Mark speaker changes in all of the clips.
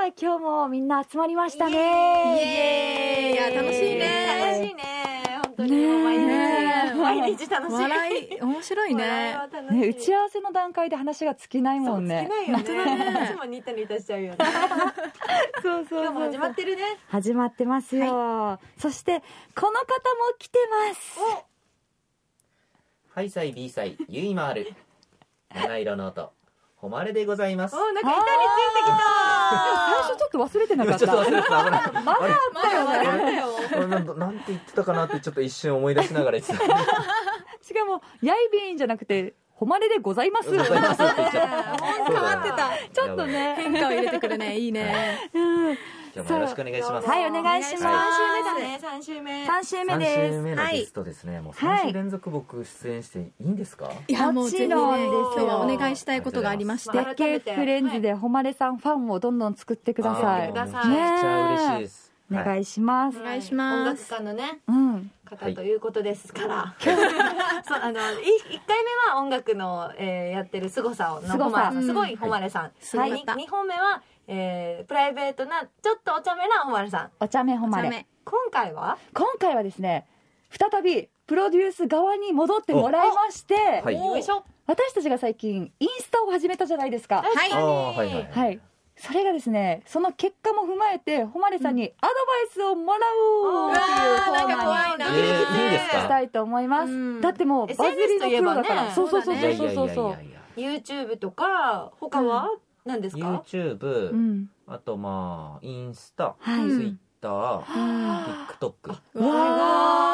Speaker 1: はい、今日もみんな集まりましたね。イ
Speaker 2: エーイいや楽しいね
Speaker 3: 楽しいね本当にもう毎日、
Speaker 2: ね
Speaker 3: 毎日楽しい
Speaker 2: 笑い面白
Speaker 3: 笑
Speaker 2: い
Speaker 3: い
Speaker 2: ね
Speaker 3: は楽しい
Speaker 1: ね、打ち合わせの段階で話が尽きないもんね。
Speaker 3: そうつけないよねいつもニッタニタしちゃうよね
Speaker 1: そうそうそう
Speaker 3: 今日も始まってるね
Speaker 1: 始まってますよ、そして、この方も来てます。
Speaker 4: ハイサイ B サイユイマ ール七色の音誉れでございます
Speaker 3: おおなんか板に
Speaker 1: 最初ちょっと忘れてなか
Speaker 4: 今
Speaker 1: っ
Speaker 4: ち
Speaker 1: た。
Speaker 4: ょっと忘れてた危ないあ
Speaker 3: つい
Speaker 4: れ
Speaker 3: てきたまだ笑ったよ
Speaker 4: これなんだなんて言ってたかなってちょっと一瞬思い出しながら言 ってた
Speaker 1: しかも、やいびんじゃなくて、誉れでございます。
Speaker 4: ございますって言っちゃった
Speaker 3: ね
Speaker 4: そうだね
Speaker 3: 変わってた
Speaker 1: ちょっとね。
Speaker 2: 変化を入れてくるねい いね
Speaker 4: 今日もよろしくお願いします
Speaker 1: はい、お願いし
Speaker 4: は
Speaker 1: ます。
Speaker 3: 三週目だね
Speaker 1: 3週目
Speaker 4: 三
Speaker 1: で
Speaker 4: 週
Speaker 1: す。
Speaker 4: 目のゲストですねもう
Speaker 1: はい
Speaker 4: 三週連続僕出演していいんですか
Speaker 2: いやもうぜひね
Speaker 1: も
Speaker 2: 今
Speaker 1: ちろんです
Speaker 2: 日
Speaker 1: よ
Speaker 2: はお願いしたいことがありまし
Speaker 3: あ
Speaker 2: て
Speaker 3: りがとうござい
Speaker 1: 絶景フレンズで誉れさんファンをどんどん作ってください。
Speaker 4: あー
Speaker 3: ください
Speaker 4: めちゃくちゃ嬉しいです
Speaker 1: お
Speaker 4: は
Speaker 1: 願
Speaker 4: い
Speaker 1: いしま
Speaker 3: 三
Speaker 1: す
Speaker 3: 週目。
Speaker 2: お願いします
Speaker 3: はい音楽家のね
Speaker 1: うん。
Speaker 4: は
Speaker 3: 方
Speaker 4: い
Speaker 3: ということですから、そうあのい一回目は音楽の、えーやってる凄さをの
Speaker 1: 凄さ
Speaker 3: ほまれさん
Speaker 2: うん
Speaker 3: すごい誉れさん、
Speaker 2: すごか
Speaker 3: 二
Speaker 2: った
Speaker 3: 二本目は、えープライベートなちょっとお茶目な誉れさん
Speaker 1: お茶目
Speaker 2: ダ
Speaker 1: 誉れ。
Speaker 2: メ
Speaker 3: 今回は
Speaker 1: 今回はですね、再び、プロデュース側に戻ってもらいまして、
Speaker 4: はい
Speaker 3: よいしょ
Speaker 1: 私たちが最近、インスタを始めたじゃないですか。
Speaker 3: 確かに
Speaker 4: あーはいはい
Speaker 1: はい。それがですね、その結果も踏まえて、誉れさんにアドバイスをもらおうっていうコ
Speaker 3: あー
Speaker 1: ー
Speaker 3: なんか
Speaker 1: ナー
Speaker 3: 怖
Speaker 1: に
Speaker 3: いな
Speaker 4: えーいいんです
Speaker 1: し
Speaker 4: か
Speaker 1: たいと思います。
Speaker 2: うん
Speaker 1: だってもう、バズ
Speaker 3: SNS とい
Speaker 1: り
Speaker 3: え
Speaker 1: のプロ
Speaker 3: ばね
Speaker 1: だから。そうそうそう
Speaker 4: いや
Speaker 1: そう
Speaker 4: い
Speaker 1: そ
Speaker 4: や
Speaker 1: う
Speaker 4: い
Speaker 1: そ
Speaker 4: や
Speaker 1: う
Speaker 4: いやいや
Speaker 3: YouTube とか他は何ですか、
Speaker 4: YouTube、
Speaker 1: うん。
Speaker 4: あとまあインスタ、
Speaker 1: はい
Speaker 4: ツイッター、TikTok
Speaker 2: う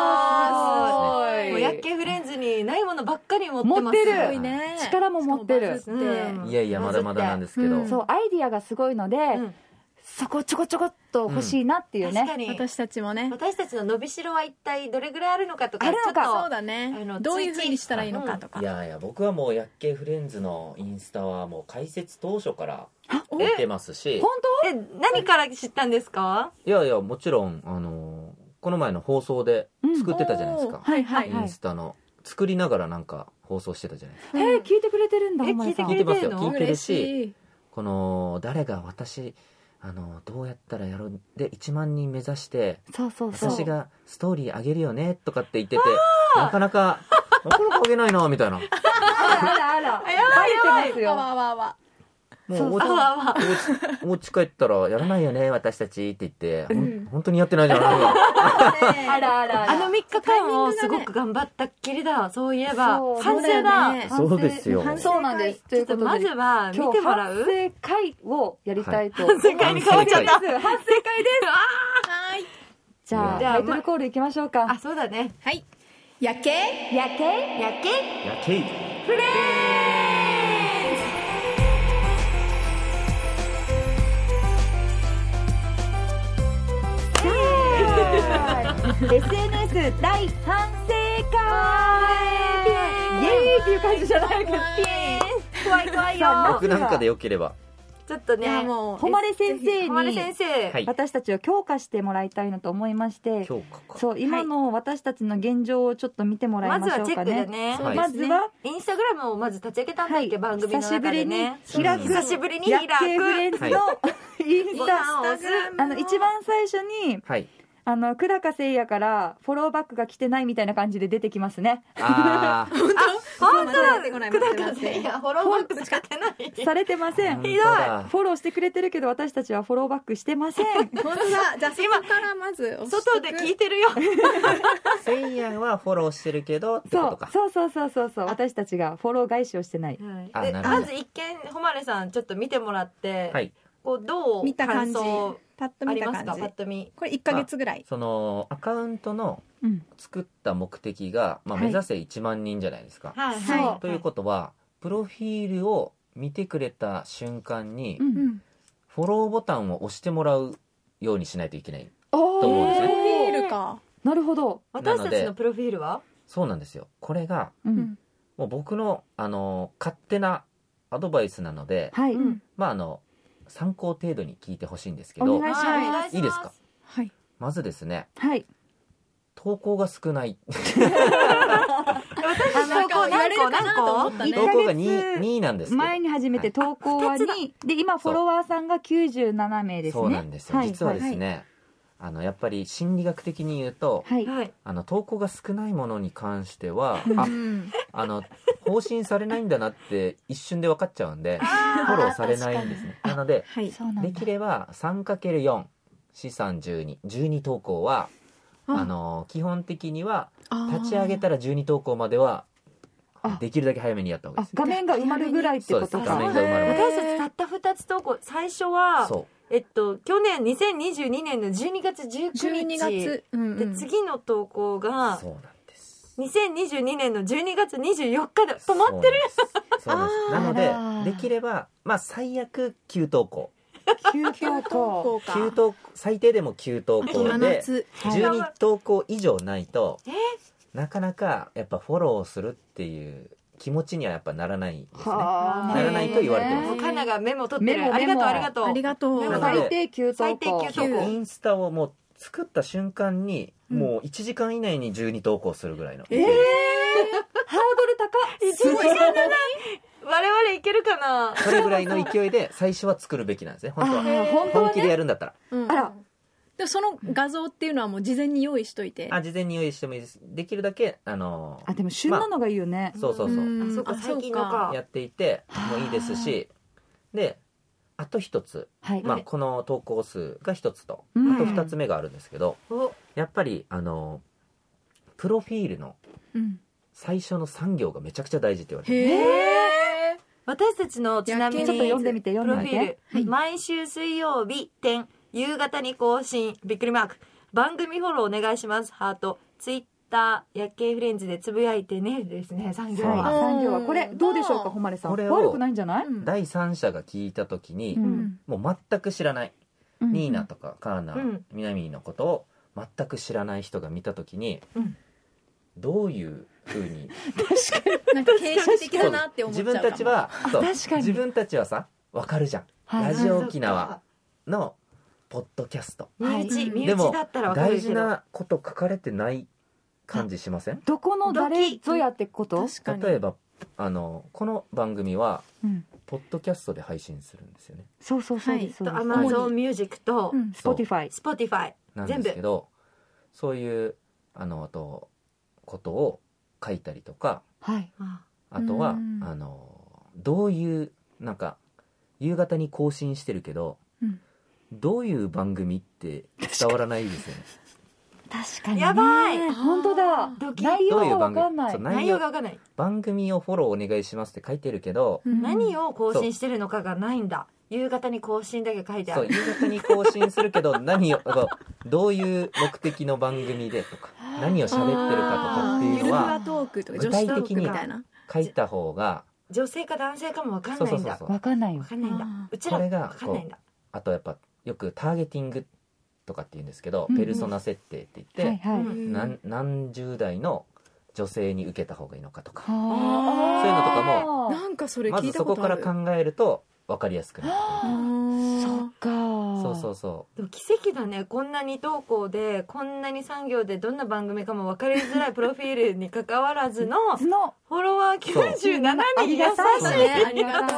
Speaker 1: わ
Speaker 3: もうやっけフレンズにないものばっかり持ってます
Speaker 1: 持ってる
Speaker 2: すごいね
Speaker 1: 力も持ってる
Speaker 2: しかもバズって
Speaker 3: うん
Speaker 4: いやいやまだまだなんですけど、
Speaker 2: うん
Speaker 1: そう、アイディアがすごいので、
Speaker 3: うん
Speaker 1: そこちょこちょこっと欲しいなっていう
Speaker 3: 確
Speaker 1: ね。
Speaker 3: かに
Speaker 2: 私たちもね
Speaker 3: 私たちの伸びしろは一体どれぐらいあるのかとか
Speaker 1: あるのか
Speaker 3: ちょっと
Speaker 2: そうだ
Speaker 3: あ
Speaker 2: ね
Speaker 3: の
Speaker 2: どういうふうにしたらいいのかとか
Speaker 4: いやいや僕はもうやっけフレンズのインスタはもう開設当初から見てますし
Speaker 1: 本
Speaker 3: え何から知ったんですか
Speaker 4: いやいやもちろんあのーこの前の放送で
Speaker 1: うん
Speaker 4: 作ってたじゃないです
Speaker 2: お
Speaker 4: か
Speaker 2: ー、はいはい
Speaker 1: おーはい
Speaker 4: インスタの作りながらなんか放送してたじゃないです
Speaker 1: 当
Speaker 4: か
Speaker 1: えー、聞いてくれてるんだ、
Speaker 3: え
Speaker 1: 誉れさん
Speaker 3: 聞
Speaker 4: 聞
Speaker 3: い
Speaker 4: い
Speaker 3: て
Speaker 4: て
Speaker 3: く
Speaker 4: ま
Speaker 3: れ
Speaker 4: す
Speaker 3: てん
Speaker 4: よ
Speaker 3: の
Speaker 4: 聞いてる
Speaker 2: 嬉
Speaker 4: し
Speaker 2: しい
Speaker 4: この誰が私あのどうやったらやろうで1万人目指して
Speaker 1: そうそうそう。
Speaker 4: 私がストーリーあげるよねとかって言っててなかなかなかなかあげないなみたいな
Speaker 1: あらあら、バレてます
Speaker 2: わ
Speaker 1: よ。
Speaker 2: わわわ
Speaker 4: もうお
Speaker 3: あ
Speaker 4: 家
Speaker 3: わあわ
Speaker 4: お家お家帰ったらやらないよね私たちって言って、ほん
Speaker 2: うん
Speaker 4: 本当にやってないじゃないか
Speaker 1: あらあらあ
Speaker 3: あの
Speaker 1: ら。
Speaker 3: 3日間をすごく頑張ったっきりだそういえば
Speaker 1: そう
Speaker 3: 反省
Speaker 2: そうだ
Speaker 3: だ
Speaker 2: よね
Speaker 1: 反省
Speaker 4: そうですよ
Speaker 1: 反省そうなんです。と
Speaker 3: ち
Speaker 1: い
Speaker 3: ょ
Speaker 1: う
Speaker 3: っと
Speaker 1: ことで、
Speaker 3: まずは見
Speaker 1: 今
Speaker 3: て
Speaker 1: 日
Speaker 3: もら
Speaker 1: 反省
Speaker 3: う
Speaker 1: 会をやりたいと。
Speaker 3: 反省会に変わっちゃっ
Speaker 4: 反
Speaker 3: た
Speaker 1: まず反省会です。
Speaker 2: はい
Speaker 1: じゃあ、
Speaker 4: じ
Speaker 3: ゃあ
Speaker 1: タイトルコールいきましょう
Speaker 3: あ
Speaker 1: か。
Speaker 3: そうだね
Speaker 2: はいやっけ
Speaker 1: や け
Speaker 3: やっけ
Speaker 4: やけい
Speaker 1: イエーイ SNS 大反省会イエーイっていう感じじゃないけど、ピーン怖い怖いよ。
Speaker 4: 僕なんかでよければ
Speaker 3: ちょっと
Speaker 2: いや
Speaker 3: ね
Speaker 2: もう
Speaker 1: 誉れ先生
Speaker 3: 浜田先
Speaker 1: に
Speaker 3: 生
Speaker 4: はい
Speaker 1: 私たちを強化してもらいたいなと思いまして、
Speaker 4: 今日かか
Speaker 1: そう今の私たちの現状をちょっと見てもら
Speaker 3: ま
Speaker 1: い
Speaker 3: ず
Speaker 1: まし
Speaker 3: は
Speaker 1: ょ
Speaker 3: チ
Speaker 1: う
Speaker 3: ェッ
Speaker 1: か
Speaker 3: クで
Speaker 1: ね。
Speaker 3: ね
Speaker 2: そう
Speaker 1: ま
Speaker 2: ですね
Speaker 1: ずは、
Speaker 3: インスタグラムをまず立ち上げたんだ
Speaker 1: は
Speaker 3: っ
Speaker 1: い、
Speaker 3: け番組の
Speaker 1: 久し
Speaker 3: 中
Speaker 1: ぶり
Speaker 3: で
Speaker 1: に
Speaker 3: ね
Speaker 1: 開く、
Speaker 4: うん
Speaker 3: 久しぶりに
Speaker 1: や
Speaker 3: 開
Speaker 1: っ
Speaker 3: く
Speaker 1: けフレンズの、イン
Speaker 3: イ
Speaker 1: ス
Speaker 3: ンス
Speaker 1: タ。
Speaker 3: タを押す
Speaker 1: あの一番最初に
Speaker 4: はい
Speaker 1: あの久高誠也からフォローバックが来てないみたいな感じで出てきますね。
Speaker 4: あー
Speaker 3: 本当
Speaker 2: まだ出てこない
Speaker 3: 久
Speaker 2: まだ
Speaker 3: 高
Speaker 2: 出てこない
Speaker 3: いやフォローバック使ってない
Speaker 1: されてません。
Speaker 4: 本当
Speaker 1: フ
Speaker 4: だ
Speaker 1: ォローしてくれてるけど私たちはフォローバックしてません。
Speaker 2: 本当 だじゃあそこからまず押しとく
Speaker 3: 外で聞いてるよ
Speaker 4: せいやはフォローしてるけどって
Speaker 1: そ
Speaker 4: こと
Speaker 1: う
Speaker 4: か
Speaker 1: そうそうそうそうそう私たちがフォロー返しをしてない。
Speaker 4: あ
Speaker 3: で
Speaker 4: なるほど
Speaker 3: まず一見誉さんちょっと見てもらって、
Speaker 4: はい
Speaker 3: こうどう
Speaker 2: 見た感
Speaker 3: 感
Speaker 2: じ
Speaker 3: 想
Speaker 2: パッと
Speaker 3: あ
Speaker 2: 見
Speaker 3: り
Speaker 2: た
Speaker 3: ますか
Speaker 2: 感
Speaker 3: パ
Speaker 2: じ
Speaker 3: ッと見
Speaker 2: これ1ヶ月ぐらい
Speaker 4: そのアカウントの
Speaker 1: うん。
Speaker 4: 作った目的が、まあ、
Speaker 1: はい
Speaker 4: 目指せ1万人じゃないですか、
Speaker 3: はい
Speaker 2: はい
Speaker 4: ということはプロフィールを見てくれた瞬間に、
Speaker 1: う。
Speaker 2: うんん
Speaker 4: フォローボタンを押してもらうようにしないといけない
Speaker 1: お
Speaker 4: と思うんですね
Speaker 2: プロフィール。か
Speaker 1: なるほど。
Speaker 3: 私たちのプロフィールは
Speaker 4: そうなんですよこれが
Speaker 1: うん。
Speaker 4: もう僕の、あの勝手なアドバイスなので、
Speaker 1: はい。
Speaker 2: うん
Speaker 4: まああの参考程度に聞いてほしいんですけ
Speaker 1: お
Speaker 4: ど
Speaker 1: 願いします
Speaker 3: はお願
Speaker 4: いいですか
Speaker 2: はい
Speaker 4: まずですね
Speaker 1: はい。
Speaker 4: 投稿が少ない
Speaker 3: 私たち投稿そう
Speaker 2: 言われるかなと思っ
Speaker 1: 何
Speaker 2: た
Speaker 1: 個
Speaker 4: 投
Speaker 1: 何
Speaker 2: ね
Speaker 1: 個
Speaker 4: 稿が2、2なんですけど。
Speaker 1: 前に始めて投稿は2で今フォロワーさんが97名ですね
Speaker 4: そうなんですよ。実はです
Speaker 1: い
Speaker 4: ね、あの、やっぱり心理学的に言うと、
Speaker 1: はいはい
Speaker 3: はい。
Speaker 4: あの、投稿が少ないものに関しては、
Speaker 2: う
Speaker 4: あ、
Speaker 2: ん
Speaker 4: あの、更新されないんだなって一瞬で分かっちゃうんで、
Speaker 3: あ
Speaker 4: フォローされないんですね。なので、
Speaker 2: はい
Speaker 1: そうな
Speaker 4: で
Speaker 1: ん
Speaker 4: き
Speaker 1: だ
Speaker 4: れば 3×4、資産12、12投稿は、あの、基本的には、立ち上げたら12投稿までは
Speaker 1: あ、
Speaker 4: できるだけ早めにやった方が
Speaker 1: あ
Speaker 4: いいです。
Speaker 1: 画面が埋まるぐらいってこと
Speaker 4: そうです画面
Speaker 1: か
Speaker 4: が埋まる
Speaker 3: 私たちたった二つ投稿最初は
Speaker 4: そ
Speaker 3: えっと去年2022年の12月19
Speaker 2: 12
Speaker 3: 日
Speaker 2: 月、うんう
Speaker 3: で
Speaker 2: ん
Speaker 3: 次の投稿
Speaker 4: う、
Speaker 3: が
Speaker 4: そうなんです。
Speaker 3: 2022年の12月24日で止まっ
Speaker 4: ってるそうなんで
Speaker 2: あ
Speaker 4: す。な
Speaker 2: ー
Speaker 4: の
Speaker 1: あら
Speaker 4: で、できれば、まあ、最悪9投稿。
Speaker 1: 急投
Speaker 2: か
Speaker 4: 9投最低でも9投
Speaker 2: 真
Speaker 4: 稿で、
Speaker 2: 夏
Speaker 4: 12投稿以上ないと、なかなかやっぱフォローするっていう気持ちにはやっぱならないんですね。
Speaker 1: はあ
Speaker 3: なら
Speaker 4: ないと言われてます
Speaker 3: もうカナがメモ取って
Speaker 1: メモメ
Speaker 3: る
Speaker 1: モ
Speaker 3: ありがとうありがとう
Speaker 2: ありがとう
Speaker 3: なので
Speaker 1: 最低急投
Speaker 3: 最低
Speaker 1: 稿
Speaker 3: 急投
Speaker 4: イ
Speaker 3: 稿
Speaker 4: ンスタをもう作った瞬間
Speaker 2: う
Speaker 4: に、
Speaker 2: ん
Speaker 4: もう1時間以内に12投稿するぐらいの。
Speaker 2: えー
Speaker 1: ハードル
Speaker 2: すごい
Speaker 3: 我々いけるかな
Speaker 4: それぐらいの勢いで最初は作るべきなんですね、本当
Speaker 1: 高
Speaker 4: は。
Speaker 1: ああ本当
Speaker 4: 本
Speaker 1: は
Speaker 4: 気で
Speaker 1: ね
Speaker 4: やるんだったら。
Speaker 2: うん
Speaker 1: あら
Speaker 2: でもその画像っていうのはもう事前に用意しといて
Speaker 4: あ、事前に用意してもいいです。できるだけ、あのー
Speaker 1: あでも旬なのがいいよね
Speaker 4: そうそうそう。
Speaker 2: ん
Speaker 3: あそうか
Speaker 2: あ
Speaker 3: 最近のか
Speaker 4: やっていてもいいですし、で、あと一つ、
Speaker 1: はい
Speaker 4: まあ、この投稿数が一つと、
Speaker 1: うん
Speaker 4: あと二つ目があるんですけど、
Speaker 3: お
Speaker 4: やっぱり、あのープロフィールの
Speaker 2: うん
Speaker 4: 最初の産業がめちゃくちゃ大事って言われてる
Speaker 2: へえ
Speaker 3: 私たちのちなみに
Speaker 2: ちょっと
Speaker 1: 読んでみて読んでみて
Speaker 3: プロフィール、
Speaker 2: はい
Speaker 3: 毎週水曜日点夕方に更新びっくりマーク番組フォローお願いしますハートツイッター夜景フレンズでつぶやいてねですね産業
Speaker 4: そう
Speaker 3: は
Speaker 1: 産業はこれ
Speaker 2: うん
Speaker 1: どうでしょうか誉さん
Speaker 4: これを
Speaker 1: 悪くないんじゃない
Speaker 4: 第三者が聞いた時に、
Speaker 1: う
Speaker 2: うんん
Speaker 4: もう全く知らない、ニーナとかカーナ、
Speaker 3: うん
Speaker 4: ミナミのことを全く知らない人が見た時に、
Speaker 3: うん
Speaker 4: どういうふ うに
Speaker 2: なんか経営者的だなって思っちゃ
Speaker 4: 自
Speaker 2: うかも
Speaker 4: 分たちはそ
Speaker 1: 確
Speaker 4: う
Speaker 1: かに
Speaker 4: 自分たちはさわかるじゃん、
Speaker 1: はい
Speaker 4: ラジオ沖縄のポッドキャスト
Speaker 3: 身内、
Speaker 2: はい
Speaker 3: 身
Speaker 4: でも
Speaker 3: 内だったらわかる
Speaker 4: 大
Speaker 3: け
Speaker 4: 事
Speaker 3: ど
Speaker 4: なこと書かれてない感じしません
Speaker 1: どこの誰ぞやってこと
Speaker 2: 確かに
Speaker 4: 例えばあのこの番組は
Speaker 1: うん
Speaker 4: ポッドキャストで配信するんですよね
Speaker 1: そうそうそうですそ
Speaker 3: と
Speaker 1: うです
Speaker 3: アマゾンミュージックと
Speaker 2: うん
Speaker 1: スポティファイ
Speaker 3: スポティファイ
Speaker 4: なんですけどそういうあのあとことを書いたりとか
Speaker 1: はい
Speaker 4: あとは
Speaker 2: うん
Speaker 4: あのどういうなんか夕方に更新してるけど、
Speaker 2: うん
Speaker 4: どういう番組って伝わらないですよね
Speaker 1: 確かにね
Speaker 3: やばい
Speaker 1: 本当だ
Speaker 2: あー
Speaker 3: ドキッ
Speaker 1: 内容
Speaker 4: どういう
Speaker 1: がわ
Speaker 4: 番組
Speaker 1: かんない
Speaker 4: そう内
Speaker 3: 内容
Speaker 4: 容
Speaker 3: がわかんない、
Speaker 4: 番組をフォローお願いしますって書いてるけど、
Speaker 3: 何を更新してるのかがないんだ夕方に更新だけ書いてあ
Speaker 4: そう
Speaker 3: る
Speaker 4: 夕方に更新するけ ど何をあのどういう目的の番組でとか何を喋ってるかとかっていうの
Speaker 2: あーゆるふわ
Speaker 4: は
Speaker 2: トークとか
Speaker 4: 具
Speaker 2: 女子
Speaker 4: 体
Speaker 2: トー
Speaker 4: 的
Speaker 2: ク
Speaker 4: に
Speaker 2: みたいな
Speaker 4: 書いた方が
Speaker 3: 女性か男性かもわかん
Speaker 4: そう
Speaker 3: ない
Speaker 4: そうんそう
Speaker 3: だ
Speaker 4: そ
Speaker 1: わ
Speaker 4: う
Speaker 1: かんないよ
Speaker 3: わかんないんだ
Speaker 2: あ
Speaker 3: うち
Speaker 4: こ
Speaker 3: ら
Speaker 4: れ
Speaker 3: わ
Speaker 4: が
Speaker 3: かんないんだ
Speaker 4: あとやっぱよくターゲティングとかって言うんですけど、
Speaker 1: うんうん
Speaker 4: ペルソナ設定って言って、
Speaker 1: はいは
Speaker 3: う
Speaker 1: い
Speaker 3: ん
Speaker 4: 何何十代の女性に受けた方がいいのかとか
Speaker 1: は
Speaker 4: そういうのとか
Speaker 1: あ
Speaker 4: も
Speaker 2: なんかそれ
Speaker 4: ま
Speaker 2: 聞
Speaker 4: ず
Speaker 2: いた
Speaker 4: そ
Speaker 2: こ
Speaker 4: こと
Speaker 2: あ
Speaker 4: か
Speaker 2: る
Speaker 4: ら考えると分かりやすくなる
Speaker 2: あー
Speaker 1: そうか
Speaker 4: そうそうそ
Speaker 3: でも奇跡だねこんなに投稿でこんなに産業でどんな番組かも分かりづらいプロフィールに関わら ずの
Speaker 1: その
Speaker 3: フォロワー97人
Speaker 1: あり
Speaker 3: 優
Speaker 1: が
Speaker 3: し
Speaker 1: たい
Speaker 4: そう
Speaker 1: ね
Speaker 2: ありがと
Speaker 4: う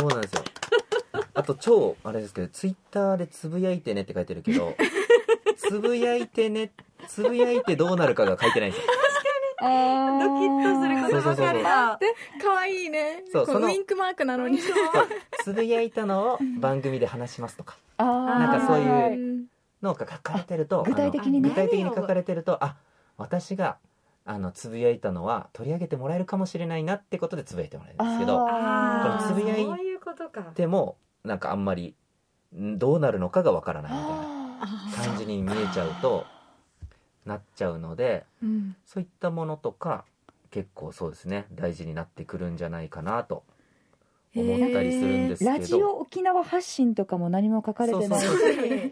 Speaker 4: そうなんですよ あと超あれですけどツイッターで「つぶやいてね」って書いてるけ ど「つぶやいてね」つぶやいてどうなるかが書いてないんですよ
Speaker 1: ドキッ
Speaker 3: ドキッとすることばかりだ
Speaker 2: う可愛いね
Speaker 4: そう
Speaker 2: こ
Speaker 4: そ
Speaker 2: の
Speaker 4: の
Speaker 2: ウインクマークなのに
Speaker 4: そうつぶやいたのを番組で話しますとか
Speaker 1: なん
Speaker 4: かそういう
Speaker 2: うん
Speaker 4: のが書かれてると
Speaker 1: 具体的にね
Speaker 4: あの具体的に書かれてるとあ私があのつぶやいたのは取り上げてもらえるかもしれないなってことでつぶやいてもらえるんですけど
Speaker 3: あー
Speaker 4: これつぶやい
Speaker 3: そういうことか
Speaker 4: でもなんかあんまりんどうなるのかがわからないみたいな
Speaker 2: あー
Speaker 4: 感じに見えちゃうとなっちゃうので
Speaker 2: うん
Speaker 4: そういったものとか結構そうですね大事になってくるんじゃないかなと思ったりするんですけど
Speaker 1: ラジオ沖縄発信とかも何も書かれてない
Speaker 4: そ
Speaker 1: ど
Speaker 4: うそうう
Speaker 1: い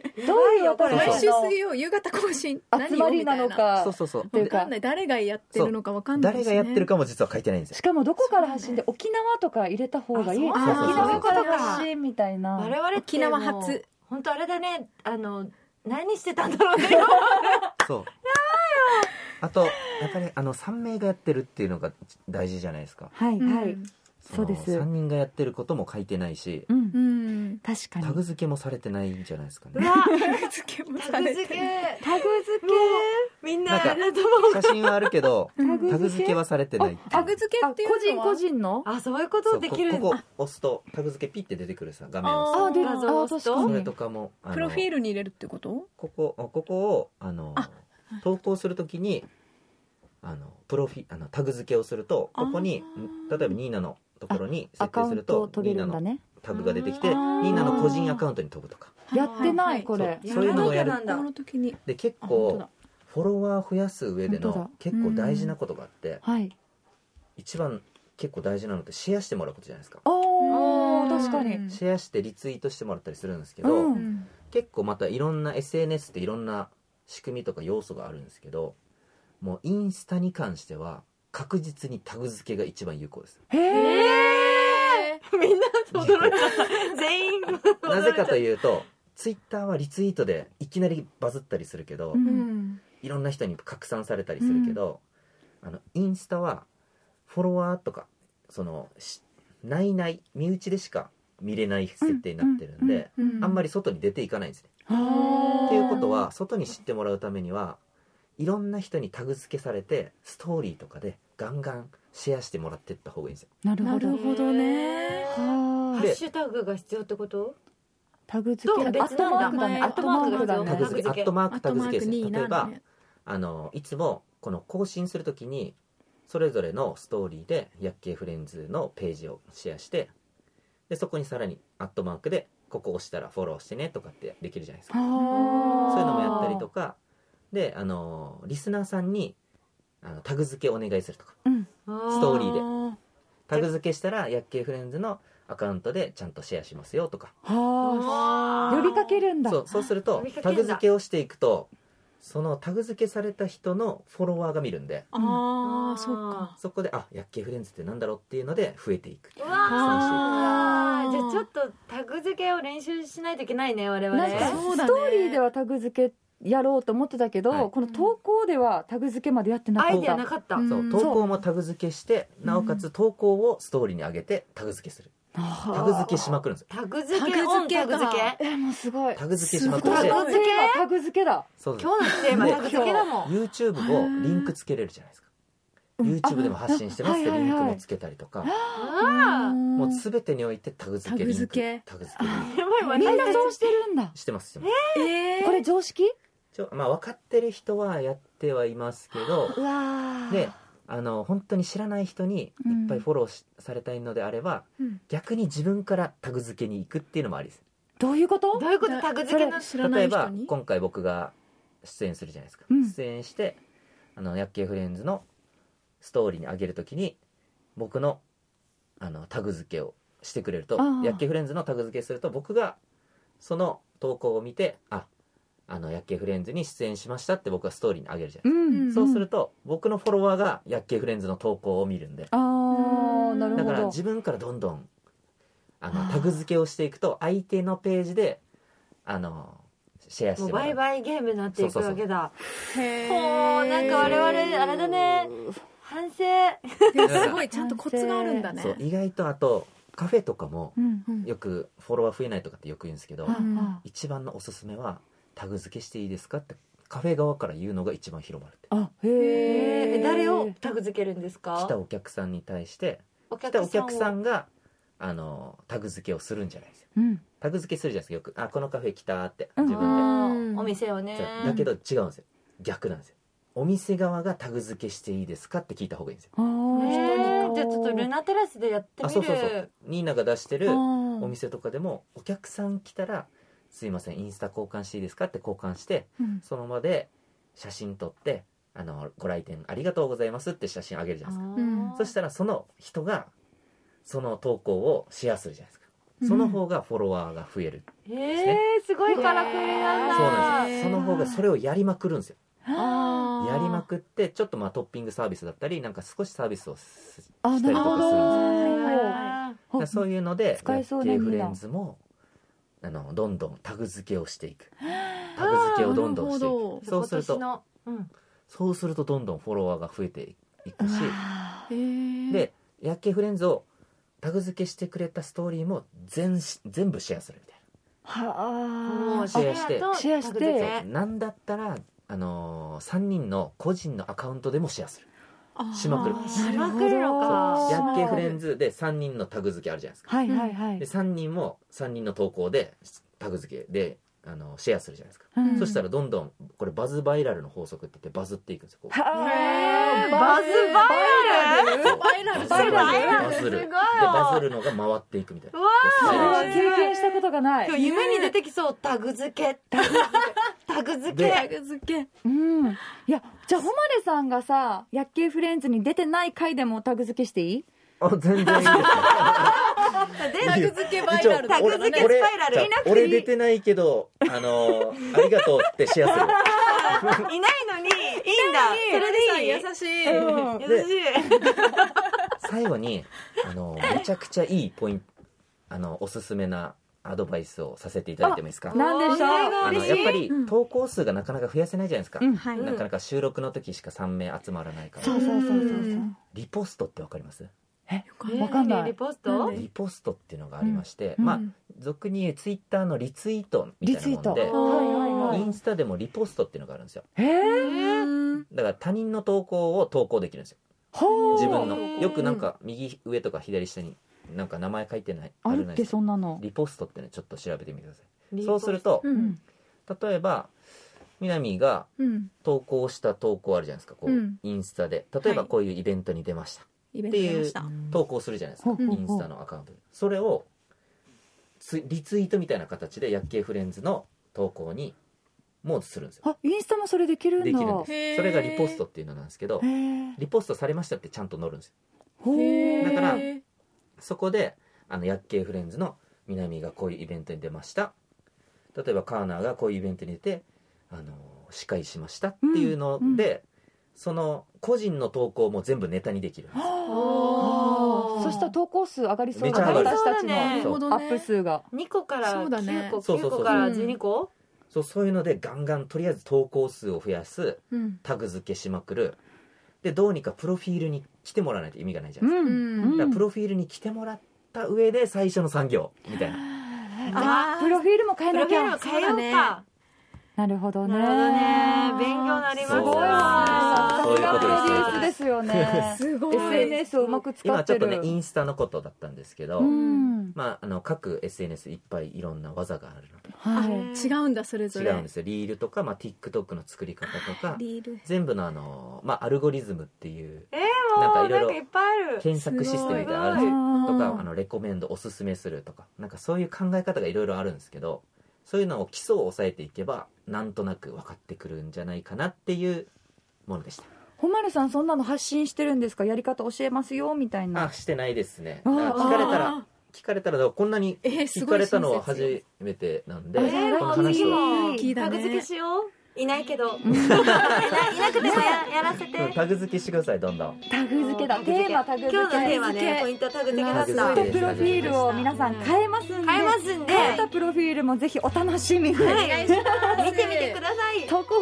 Speaker 1: う
Speaker 3: これ
Speaker 1: 新
Speaker 2: 毎
Speaker 1: し
Speaker 2: 週水曜夕方更新
Speaker 1: い集まりなの
Speaker 4: そう
Speaker 1: か
Speaker 4: そうそう
Speaker 1: という
Speaker 2: 分
Speaker 1: か
Speaker 2: かんない誰がやってるのか分かんないで
Speaker 4: 誰
Speaker 2: す
Speaker 4: が
Speaker 2: ね
Speaker 4: やってるかも実は書いてないんです
Speaker 1: し
Speaker 4: よ
Speaker 1: かもどこから発信で沖縄とか入れた方がいい沖
Speaker 3: あ
Speaker 4: そうそうそう
Speaker 1: 縄から発信みたいな
Speaker 3: 我々って
Speaker 2: 沖縄初
Speaker 3: 本 当あれだねあの何してたんだろうね
Speaker 4: そうあとやっぱりあの3名がやってるっていうのが大事じゃないですか
Speaker 1: はい
Speaker 2: うん
Speaker 1: はい、
Speaker 4: の
Speaker 1: そうです
Speaker 4: 3人がやってることも書いてないし
Speaker 1: うん
Speaker 2: うん
Speaker 1: 確かに
Speaker 4: タグ付けもされてないんじゃないですか
Speaker 3: う
Speaker 4: ね
Speaker 3: わ
Speaker 2: タグ付けもさ
Speaker 3: タグ
Speaker 2: れ
Speaker 3: 付
Speaker 2: て
Speaker 3: け
Speaker 2: る
Speaker 1: タグ付け
Speaker 3: みん
Speaker 4: なん
Speaker 3: な
Speaker 4: か
Speaker 3: 頭
Speaker 4: 写真はあるけど
Speaker 2: うん
Speaker 1: タグ
Speaker 4: タグ付けはされてないっていう
Speaker 2: タグ付け
Speaker 1: あ
Speaker 2: ってい
Speaker 1: 個
Speaker 2: う
Speaker 1: 人
Speaker 2: のは
Speaker 1: 個人の
Speaker 3: あそういうこ
Speaker 4: そ
Speaker 3: と
Speaker 4: う
Speaker 3: できる
Speaker 4: こここ押すとタグ付けピッて出てくるさ画面を押す
Speaker 2: あ
Speaker 1: あ出る
Speaker 3: 画像
Speaker 1: あ
Speaker 3: を押
Speaker 1: 確
Speaker 3: すと
Speaker 1: か
Speaker 4: それ
Speaker 1: に
Speaker 4: とかもあの
Speaker 2: プロフィールに入れるってこと
Speaker 4: ここここをあの
Speaker 2: あ
Speaker 4: 投稿するときにあのプロフィあのタグ付けをするとここに
Speaker 2: あ
Speaker 4: ん
Speaker 2: ー
Speaker 4: 例えばニーナのところに
Speaker 1: ア
Speaker 4: 設
Speaker 1: カ
Speaker 4: 定
Speaker 1: ウ
Speaker 4: する
Speaker 1: ント
Speaker 4: と
Speaker 1: を飛
Speaker 4: ニ
Speaker 1: べ
Speaker 4: ーナ
Speaker 1: るんだ
Speaker 4: の
Speaker 1: ね
Speaker 4: タグが出てきて
Speaker 3: あ
Speaker 4: ニ
Speaker 2: ー
Speaker 4: ーナの個人アカウントに飛ぶとか
Speaker 1: やってないこ
Speaker 4: は
Speaker 1: れ
Speaker 4: いそういうのをやる
Speaker 3: やらなきゃ
Speaker 2: この時に
Speaker 4: で結
Speaker 2: あ本当
Speaker 4: 構
Speaker 2: だ
Speaker 4: フォロワー増やす上で
Speaker 1: 本当だ
Speaker 4: の結構大事なことがあって
Speaker 1: はい
Speaker 4: 一番結構大事なのってシェアしてもらうことじゃないですか
Speaker 1: お
Speaker 2: う
Speaker 1: ー
Speaker 2: ん
Speaker 1: 確か
Speaker 2: う
Speaker 1: に
Speaker 2: ん
Speaker 4: シェアしてリツイートしてもらったりするんですけ
Speaker 1: う
Speaker 4: ど
Speaker 1: ん
Speaker 4: 結構またいろんな SNS っていろんな仕組みとか要素があるんですけどもうインスタに関しては確実にタグ付けが一番有効です
Speaker 1: へえ
Speaker 2: え
Speaker 3: みんな驚いちゃ った全員
Speaker 4: なぜかというとツイッターはリツイートでいきなりバズったりするけど、
Speaker 1: う
Speaker 2: ーうんん
Speaker 4: いろんな人に拡散されたりするけど、あのインスタはフォロワーとかそのしないない身内でしか見れない設定になってるんで、
Speaker 1: うんうん
Speaker 2: うん
Speaker 4: あんまり外に出ていかないんですね。
Speaker 1: あ
Speaker 4: っ
Speaker 1: ー
Speaker 4: ていうことは外に知ってもらうためにはいろんな人にタグ付けされてストーリーとかでガンガンシェアしてもらってった方がいいんですよ。
Speaker 1: なる
Speaker 2: な
Speaker 1: ほど
Speaker 2: るほどね
Speaker 3: ハ
Speaker 1: は
Speaker 4: で
Speaker 1: い
Speaker 3: ッシュタグが必要ってこと
Speaker 1: タグ付け
Speaker 3: どう
Speaker 1: アッ
Speaker 3: 別
Speaker 1: ト
Speaker 3: なん
Speaker 1: マークだ
Speaker 3: だ
Speaker 1: ね
Speaker 2: 前
Speaker 1: アットマークだ
Speaker 4: タ
Speaker 3: タ
Speaker 4: グ
Speaker 3: グ
Speaker 1: ね
Speaker 3: 付
Speaker 4: 付
Speaker 3: け
Speaker 4: けアットマークタグ付けですね。
Speaker 2: 後
Speaker 4: 例え
Speaker 2: 回
Speaker 4: ば
Speaker 2: になるね
Speaker 4: あのいつもこの更新するときにそれぞれのストーリーで「薬系フレンズ」のページをシェアしてでそこにさらにアットマークで「ここ押したらフォローしてね」とかってできるじゃないですか
Speaker 1: あー
Speaker 4: そういうのもやったりとかであのリスナーさんにあのタグ付けお願いするとかス
Speaker 3: ス
Speaker 4: トーリーで
Speaker 2: あ
Speaker 4: タグ付けしたら「薬系フレンズ」のアカウントでちゃんとシェアしますよとか
Speaker 1: はあ呼びかけるんだ
Speaker 4: そうそうすると
Speaker 3: 呼びかけ
Speaker 4: タ
Speaker 3: んだ
Speaker 4: グ付けをしていくとそのタグ付けされた人のフォロワーが見るんで
Speaker 2: ーあーそうか
Speaker 4: そこであ薬系フレンズってなんだろうっていうので増えていく
Speaker 3: うわ
Speaker 4: あ
Speaker 3: ー
Speaker 2: あー
Speaker 3: じゃあちょっとタグ付けを練習しないといけないね我々
Speaker 1: なんか
Speaker 2: そう
Speaker 1: ス
Speaker 2: だね
Speaker 1: トーリーではタグ付けやろうと思ってたけど、
Speaker 4: はい
Speaker 1: この投稿ではタグ付けまでやってな
Speaker 3: ア
Speaker 1: か
Speaker 3: イ
Speaker 1: っ
Speaker 3: デア
Speaker 1: た
Speaker 3: なかった、
Speaker 2: うん
Speaker 4: そう投稿もタグ付けしてなおかつ投稿をストーリーに上げてタグ付けする
Speaker 1: あ
Speaker 4: タグ付けしまくるんですよ
Speaker 3: タグ付
Speaker 2: タ
Speaker 3: け
Speaker 2: グ付け
Speaker 3: オンタグ付
Speaker 2: か
Speaker 3: け
Speaker 1: ーえーもうすごい
Speaker 4: タグ付けしまく
Speaker 1: タ
Speaker 4: っ
Speaker 1: グ
Speaker 4: て
Speaker 3: すごい
Speaker 1: 付けはタグ付けだ
Speaker 4: そうです
Speaker 3: 今日のテーマタグ付けだもん
Speaker 4: YouTube をリンクつけれるじゃないですか YouTube でも発信してますって
Speaker 1: あは
Speaker 4: リ
Speaker 1: いはい
Speaker 4: ン
Speaker 1: はい
Speaker 4: クもつけたりとか
Speaker 3: あー
Speaker 4: もう全てにおいてタグ付けリンク
Speaker 2: タグ付け
Speaker 4: タグ付けリン
Speaker 3: やばい
Speaker 1: みん
Speaker 3: 私
Speaker 1: な
Speaker 3: た
Speaker 1: そうしてるんだ
Speaker 4: クしてますしてます
Speaker 2: えー
Speaker 1: これ常識
Speaker 4: ちょまあ分かってる人はやってはいますけど
Speaker 1: うわー
Speaker 4: であの本当に知らない人にいっぱいフォローしされたいのであれば、
Speaker 2: うん
Speaker 4: 逆に自分からタグ付けに行くっていうのもありです
Speaker 1: どういうこと
Speaker 3: ちどういうことタグ付けの
Speaker 2: 知らな
Speaker 4: 例え
Speaker 2: い人
Speaker 4: ば
Speaker 2: に
Speaker 4: 今回僕が出演するじゃないですか、
Speaker 1: うん
Speaker 4: 出演してあの薬系フレンズのストーリーに上げるときに僕のあのタグ付けをしてくれると
Speaker 1: あー
Speaker 4: 薬系フレンズのタグ付けすると僕がその投稿を見てああの薬系フレンズに出演しましたって僕はストーリーに上げるじゃないです
Speaker 1: う
Speaker 4: か
Speaker 1: ん
Speaker 4: そうすると僕のフォロワーが薬系フレンズの投稿を見るんで
Speaker 1: あーなる
Speaker 4: だ
Speaker 1: ほ
Speaker 4: から
Speaker 1: ど
Speaker 4: 自分からどんどんあ
Speaker 1: あ
Speaker 4: の
Speaker 1: ー
Speaker 4: タグ付けをしていくと相手のページであのシェアし
Speaker 3: もう
Speaker 4: ても
Speaker 3: バイ
Speaker 4: らう
Speaker 3: バイゲームになっていくわけだ
Speaker 2: へー
Speaker 3: ほうなんか我々あれ だね反省
Speaker 2: いやすごいちゃんとコツがあるんだね
Speaker 4: そう意外とあとカフェとかも
Speaker 1: うん
Speaker 2: うん
Speaker 4: よくフォロワー増えないとかってよく言うんですけど
Speaker 1: は
Speaker 2: うん
Speaker 1: あは
Speaker 4: 一番のおすすめはタグ付けしていいですかってカフェ側から言うのが一番広まるって
Speaker 1: ああへえ
Speaker 3: え誰をタグ付けるんです
Speaker 4: 来
Speaker 3: か
Speaker 4: たお客さんに対して
Speaker 3: お
Speaker 4: 来たお客さ
Speaker 3: を
Speaker 4: んがあのタグ付けをするんじゃないですか
Speaker 1: うん
Speaker 4: タグ付けするじゃないですかよく「あこのカフェ来た」って
Speaker 1: うん
Speaker 4: 自分
Speaker 3: あ
Speaker 4: で。
Speaker 3: ー
Speaker 2: うん
Speaker 3: お店をね
Speaker 4: だけど違うんですよ逆なんですよお店側がタグ付けしていいですかって聞いた方がいいんですよ
Speaker 1: あー
Speaker 3: ねえじゃあちょっとルナテラスでやって
Speaker 4: あ
Speaker 3: み
Speaker 4: そうそうそう
Speaker 3: る
Speaker 4: ニーナが出してる
Speaker 2: あー
Speaker 4: お店とかでもお客さん来たら「すいませんインスタ交換していいですか?」って交換して
Speaker 2: うん
Speaker 4: その場で写真撮ってあの「ご来店ありがとうございます」って写真あげるじゃ
Speaker 3: あ
Speaker 4: ないですか
Speaker 2: うん
Speaker 3: ー
Speaker 4: そしたらその人がその投稿をシェアするじゃないですかその方がフォロワーが増える、
Speaker 3: えーすごいからくりなんだ
Speaker 4: そうなんです
Speaker 2: へー
Speaker 4: よその方がそれをやりまくるんですよ
Speaker 1: あ
Speaker 4: やりま
Speaker 2: く
Speaker 4: くってちょっとまあトッピングサービスだったりなんか少しサービスをすした
Speaker 1: あ
Speaker 4: りとかするんです
Speaker 1: なるほど
Speaker 4: よ
Speaker 2: はいはいはい
Speaker 3: あ
Speaker 4: だからそういうので
Speaker 1: 使えそうね
Speaker 4: ヤッケーフレンズもあのどんどんタグ付けをしていくタグ付けをどんどんして
Speaker 2: な
Speaker 4: い
Speaker 2: るほ
Speaker 4: く
Speaker 2: ど
Speaker 3: ー
Speaker 4: そうする
Speaker 3: 今年
Speaker 4: と
Speaker 3: のうん
Speaker 4: そうするとどんどんフォロワーが増えていくし
Speaker 1: わー
Speaker 4: で夜景フレンズをタグ付けしてくれたストーリーも全し全部シェアするみたい
Speaker 1: はあ
Speaker 4: シェアして
Speaker 3: と
Speaker 1: シェアして
Speaker 3: タグ付
Speaker 4: な、
Speaker 3: け
Speaker 4: そうなんだったらあのー、3人の個人のアカウントでもシェアするしまくる
Speaker 2: あー
Speaker 3: しまくるの
Speaker 1: あ
Speaker 3: か
Speaker 1: ー
Speaker 4: 夜景フレ
Speaker 3: ズ
Speaker 4: ンズで3人のタグ付けあるじゃないですか
Speaker 1: はいはいはい
Speaker 4: で3人も3人の投稿でタグ付けであのシェアするじゃないですか、
Speaker 1: うん
Speaker 4: そしたらどんどんこれバズバイラルの法則って言ってバズっていくんですよこう
Speaker 1: は
Speaker 2: へー
Speaker 3: バズバイラル
Speaker 4: そう
Speaker 2: バイラル
Speaker 4: バズ
Speaker 1: バイ
Speaker 3: ラル
Speaker 4: バ
Speaker 3: す
Speaker 4: ズる
Speaker 3: ごい
Speaker 4: でバズるのが回っていくみたいな
Speaker 3: うわ
Speaker 1: あそれ
Speaker 4: こう
Speaker 1: は経験したことがない
Speaker 3: 今日夢に出てきそうタグ付けタグ付けタグ付
Speaker 4: で
Speaker 2: タ
Speaker 3: け
Speaker 2: グ付け
Speaker 1: うんいやじゃあ誉さんがさ「薬系フレンズ」に出てない回でもタグ付けしていい
Speaker 4: あ全然いいです
Speaker 2: タグ付けバイラ ル
Speaker 3: タグ付けスパイラル
Speaker 4: 俺
Speaker 3: いなくていい
Speaker 4: 俺出てないけどあのーありがとうってシェアする
Speaker 3: いないのにいいんだそれでいい
Speaker 2: 優しい
Speaker 1: うん
Speaker 4: 優しい
Speaker 3: 優しい
Speaker 4: 最後にあのめちゃくちゃいいポイントあのおすすめなアドバイスをさせていただいてもいいですか
Speaker 1: なんでしょう
Speaker 4: あの
Speaker 3: 嬉しい
Speaker 4: やっぱり
Speaker 2: うん
Speaker 4: 投稿数がなかなか増やせないじゃないですか、
Speaker 1: うん
Speaker 2: はい
Speaker 4: なかなか収録の時しか3名集まらないから、
Speaker 1: そうそうそうそうそう
Speaker 4: リポストってわかります
Speaker 1: わかんない
Speaker 3: リポスト
Speaker 2: うん
Speaker 4: リポストっていうのがありまして、
Speaker 1: うん
Speaker 4: まあ俗に言うツイッターのリツイートみ
Speaker 1: リ
Speaker 4: たい
Speaker 1: ツイ
Speaker 4: な
Speaker 1: ート
Speaker 4: もん
Speaker 1: はいは
Speaker 3: ト
Speaker 4: で
Speaker 1: い
Speaker 4: イ
Speaker 1: はい
Speaker 4: ンスタでもリポストっていうのがあるんですよ
Speaker 1: へえ
Speaker 2: うん
Speaker 4: だから他人の投稿を投稿できるんですよ
Speaker 1: ほう
Speaker 4: 自分の
Speaker 3: おー
Speaker 4: よくなんか右上とか左下になんか名前書いてない
Speaker 1: あ
Speaker 4: る
Speaker 1: るっ
Speaker 4: ないで
Speaker 1: て
Speaker 4: すか
Speaker 1: そんなの
Speaker 4: リポストってねちょっと調べてみてください
Speaker 3: リ
Speaker 4: そ
Speaker 3: ポ
Speaker 4: う
Speaker 3: ス
Speaker 4: す
Speaker 3: ト
Speaker 4: ると
Speaker 2: う
Speaker 1: うんん
Speaker 4: 例えば南が
Speaker 2: うん
Speaker 4: 投稿した投稿あるじゃないですかこう、
Speaker 2: うん
Speaker 4: インスタで例えば
Speaker 2: はい
Speaker 4: こういうイベントに出ました、
Speaker 2: イベント出ました
Speaker 4: 投稿するじゃないですか、
Speaker 1: ほうほうほう
Speaker 4: インスタのアカウントでそれをツイリツイートみたいな形で「薬系フレンズ」の投稿にもうするんですよ
Speaker 1: あインスタもそれできるんだ
Speaker 4: できるんで
Speaker 2: へー
Speaker 4: すそれがリポストっていうのなんですけど
Speaker 1: へえ
Speaker 4: リポストされましたってちゃんと載るんですよ
Speaker 1: ほう
Speaker 4: だから
Speaker 2: へ
Speaker 4: そこであの薬系フレンズの南がこういうイベントに出ました例えばカーナーがこういうイベントに出て、あの司会しましたっていうので、その個人の投稿も全部ネタにできるんですよ
Speaker 3: おー
Speaker 1: そしたら投稿数上がりそう
Speaker 4: めちゃ
Speaker 1: だ
Speaker 4: 上がる
Speaker 1: 私たちの
Speaker 3: なる
Speaker 2: ほどね
Speaker 1: アップ数が
Speaker 3: 2個から
Speaker 2: そうだ
Speaker 3: 9
Speaker 2: ね
Speaker 3: 個
Speaker 4: そう
Speaker 3: 9
Speaker 4: そうそう
Speaker 3: 個から12個
Speaker 4: そうそういうのでガンガンとりあえず投稿数を増やす
Speaker 2: ーうん
Speaker 4: タグ付けしまくるでどうにかプロフィールに来てもらわないと意味がないじゃ
Speaker 1: う
Speaker 4: ないですか、
Speaker 1: ん
Speaker 2: うん
Speaker 1: う
Speaker 4: だから
Speaker 1: ん
Speaker 4: プロフィールに来てもらった上で最初の産業みたいな
Speaker 3: あ
Speaker 1: プロフィールも変え
Speaker 3: プロ
Speaker 1: な
Speaker 3: フ
Speaker 1: き
Speaker 3: ィ
Speaker 1: ゃ
Speaker 3: ールを変えよ
Speaker 2: そう
Speaker 3: うか
Speaker 2: だ
Speaker 1: なるほどね
Speaker 3: なるほどね勉強になります
Speaker 1: ごいさすがプロ
Speaker 4: わそういうことです
Speaker 1: デュースですよね
Speaker 2: すごい
Speaker 1: SNS をうまく使
Speaker 4: 今
Speaker 1: っ
Speaker 4: ちょ
Speaker 1: て
Speaker 4: っと
Speaker 1: る
Speaker 4: ねインスタのことだったんですけど、
Speaker 1: うん
Speaker 4: まあ、あの各 SNS いっぱいいろんな技があるので
Speaker 1: はい
Speaker 2: 違うんだそれぞれ
Speaker 4: 違うんですよリールとか、まあ、TikTok の作り方とか
Speaker 2: リール
Speaker 4: 全部のあの、まあ、アルゴリズムっていう
Speaker 3: えーもう
Speaker 4: な
Speaker 3: なんん
Speaker 4: かいろいろ
Speaker 3: かいっぱいある
Speaker 4: 検索システムみたいなのあるんですよ
Speaker 1: うん
Speaker 4: とかあのレコメンドおすすめするとかなんかそういう考え方がいろいろあるんですけどそういうのを基礎を押さえていけばなんとなく分かってくるんじゃないかなっていうものでした、
Speaker 1: 誉さんそんなの発信してるんですかやり方教えますよみたいな
Speaker 4: あしてないですね
Speaker 1: あー
Speaker 4: 聞かれたら
Speaker 2: あ
Speaker 4: 聞かれたらだからこんなに
Speaker 2: ーえーす
Speaker 4: 聞
Speaker 2: ご
Speaker 4: か
Speaker 2: い
Speaker 4: れたのは
Speaker 2: 親切よ
Speaker 4: 初めてなんで
Speaker 1: え
Speaker 4: こ
Speaker 1: ー
Speaker 4: の
Speaker 1: ラッキ
Speaker 4: 話
Speaker 1: ー
Speaker 4: を
Speaker 2: ラッキーだ
Speaker 3: タ
Speaker 2: ね
Speaker 3: グ付けしよういないけどいないいなくても ややらせて
Speaker 4: うんタグ付けしてくださいどんどん
Speaker 1: タグ付けだ
Speaker 3: タグ付け
Speaker 1: テーマタグ付け
Speaker 3: 今日のテーマ
Speaker 2: タグ付
Speaker 3: ね
Speaker 2: け
Speaker 3: ポイントはタグ付けだ
Speaker 2: マ
Speaker 3: っ
Speaker 4: タグ
Speaker 1: ず
Speaker 4: 付
Speaker 1: っと
Speaker 3: た
Speaker 4: けで
Speaker 1: プロフィールを皆さん変えますんで
Speaker 3: 変えますんで
Speaker 1: 変えたプロフィールもぜひお楽しみに
Speaker 3: は
Speaker 2: お願い
Speaker 3: い
Speaker 2: します
Speaker 3: 見てみてください
Speaker 1: 投稿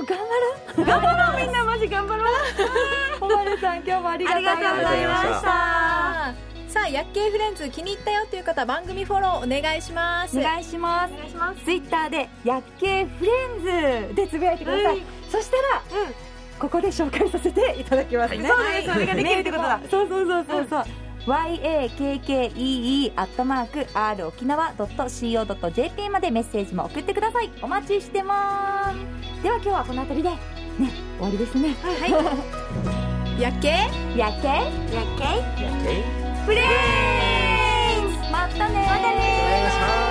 Speaker 1: 頑張ろ
Speaker 3: みんなマジ頑張ろう
Speaker 1: う誉さん今日もありが
Speaker 3: あ
Speaker 1: とう
Speaker 3: り
Speaker 1: ござ
Speaker 3: が
Speaker 1: いまし
Speaker 3: とう
Speaker 1: た
Speaker 3: ございました
Speaker 2: さあ薬系フレンズ気に入ったよという方番組フォローお願いします
Speaker 1: お願いします
Speaker 3: お願いします
Speaker 1: ツイッターで「薬系フレンズ」でつぶやいてください、
Speaker 3: うん
Speaker 1: そしたら
Speaker 3: うん
Speaker 1: ここで紹介させていただきますね、
Speaker 3: そうですそれができるってことだ
Speaker 1: メールもそうそうそうそうそう、yakkee アットマーク r 沖縄 .co.jp までメッセージも送ってくださいお待ちしてますでは今日はこの辺りでね終わりですね
Speaker 2: はい薬系
Speaker 1: 夜景
Speaker 3: やっけい
Speaker 4: やって
Speaker 1: フレンズまたねまたね
Speaker 4: お願いします